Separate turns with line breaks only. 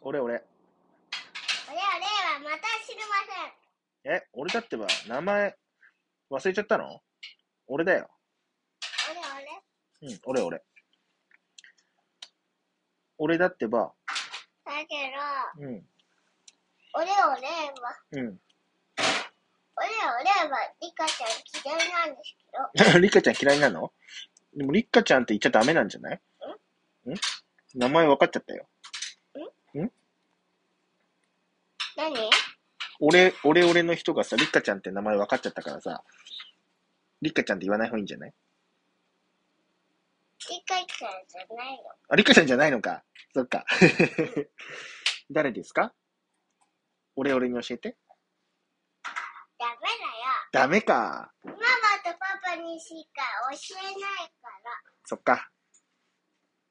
俺
おれ
俺。
おれはまた知りません。
え、俺だってば、名前、忘れちゃったの俺だよ。
おれおれ。
うん、俺俺。俺だってば、
だけど、
うん、
おれおれは、
うん。
おれおれはリカちゃん嫌いなんですけど、
リカちゃん嫌いなのでもリカちゃんって言っちゃダメなんじゃないん名前分かっちゃったよ。
何
俺、俺俺の人がさ、リカちゃんって名前分かっちゃったからさ、リカちゃんって言わない方がいいんじゃない
リカちゃんじゃないの。
あ、リカちゃんじゃないのか。そっか。 誰ですか俺俺に教えて。
ダメだ
ダメか。
よ。ママとパパにしか教えないから。
そっか。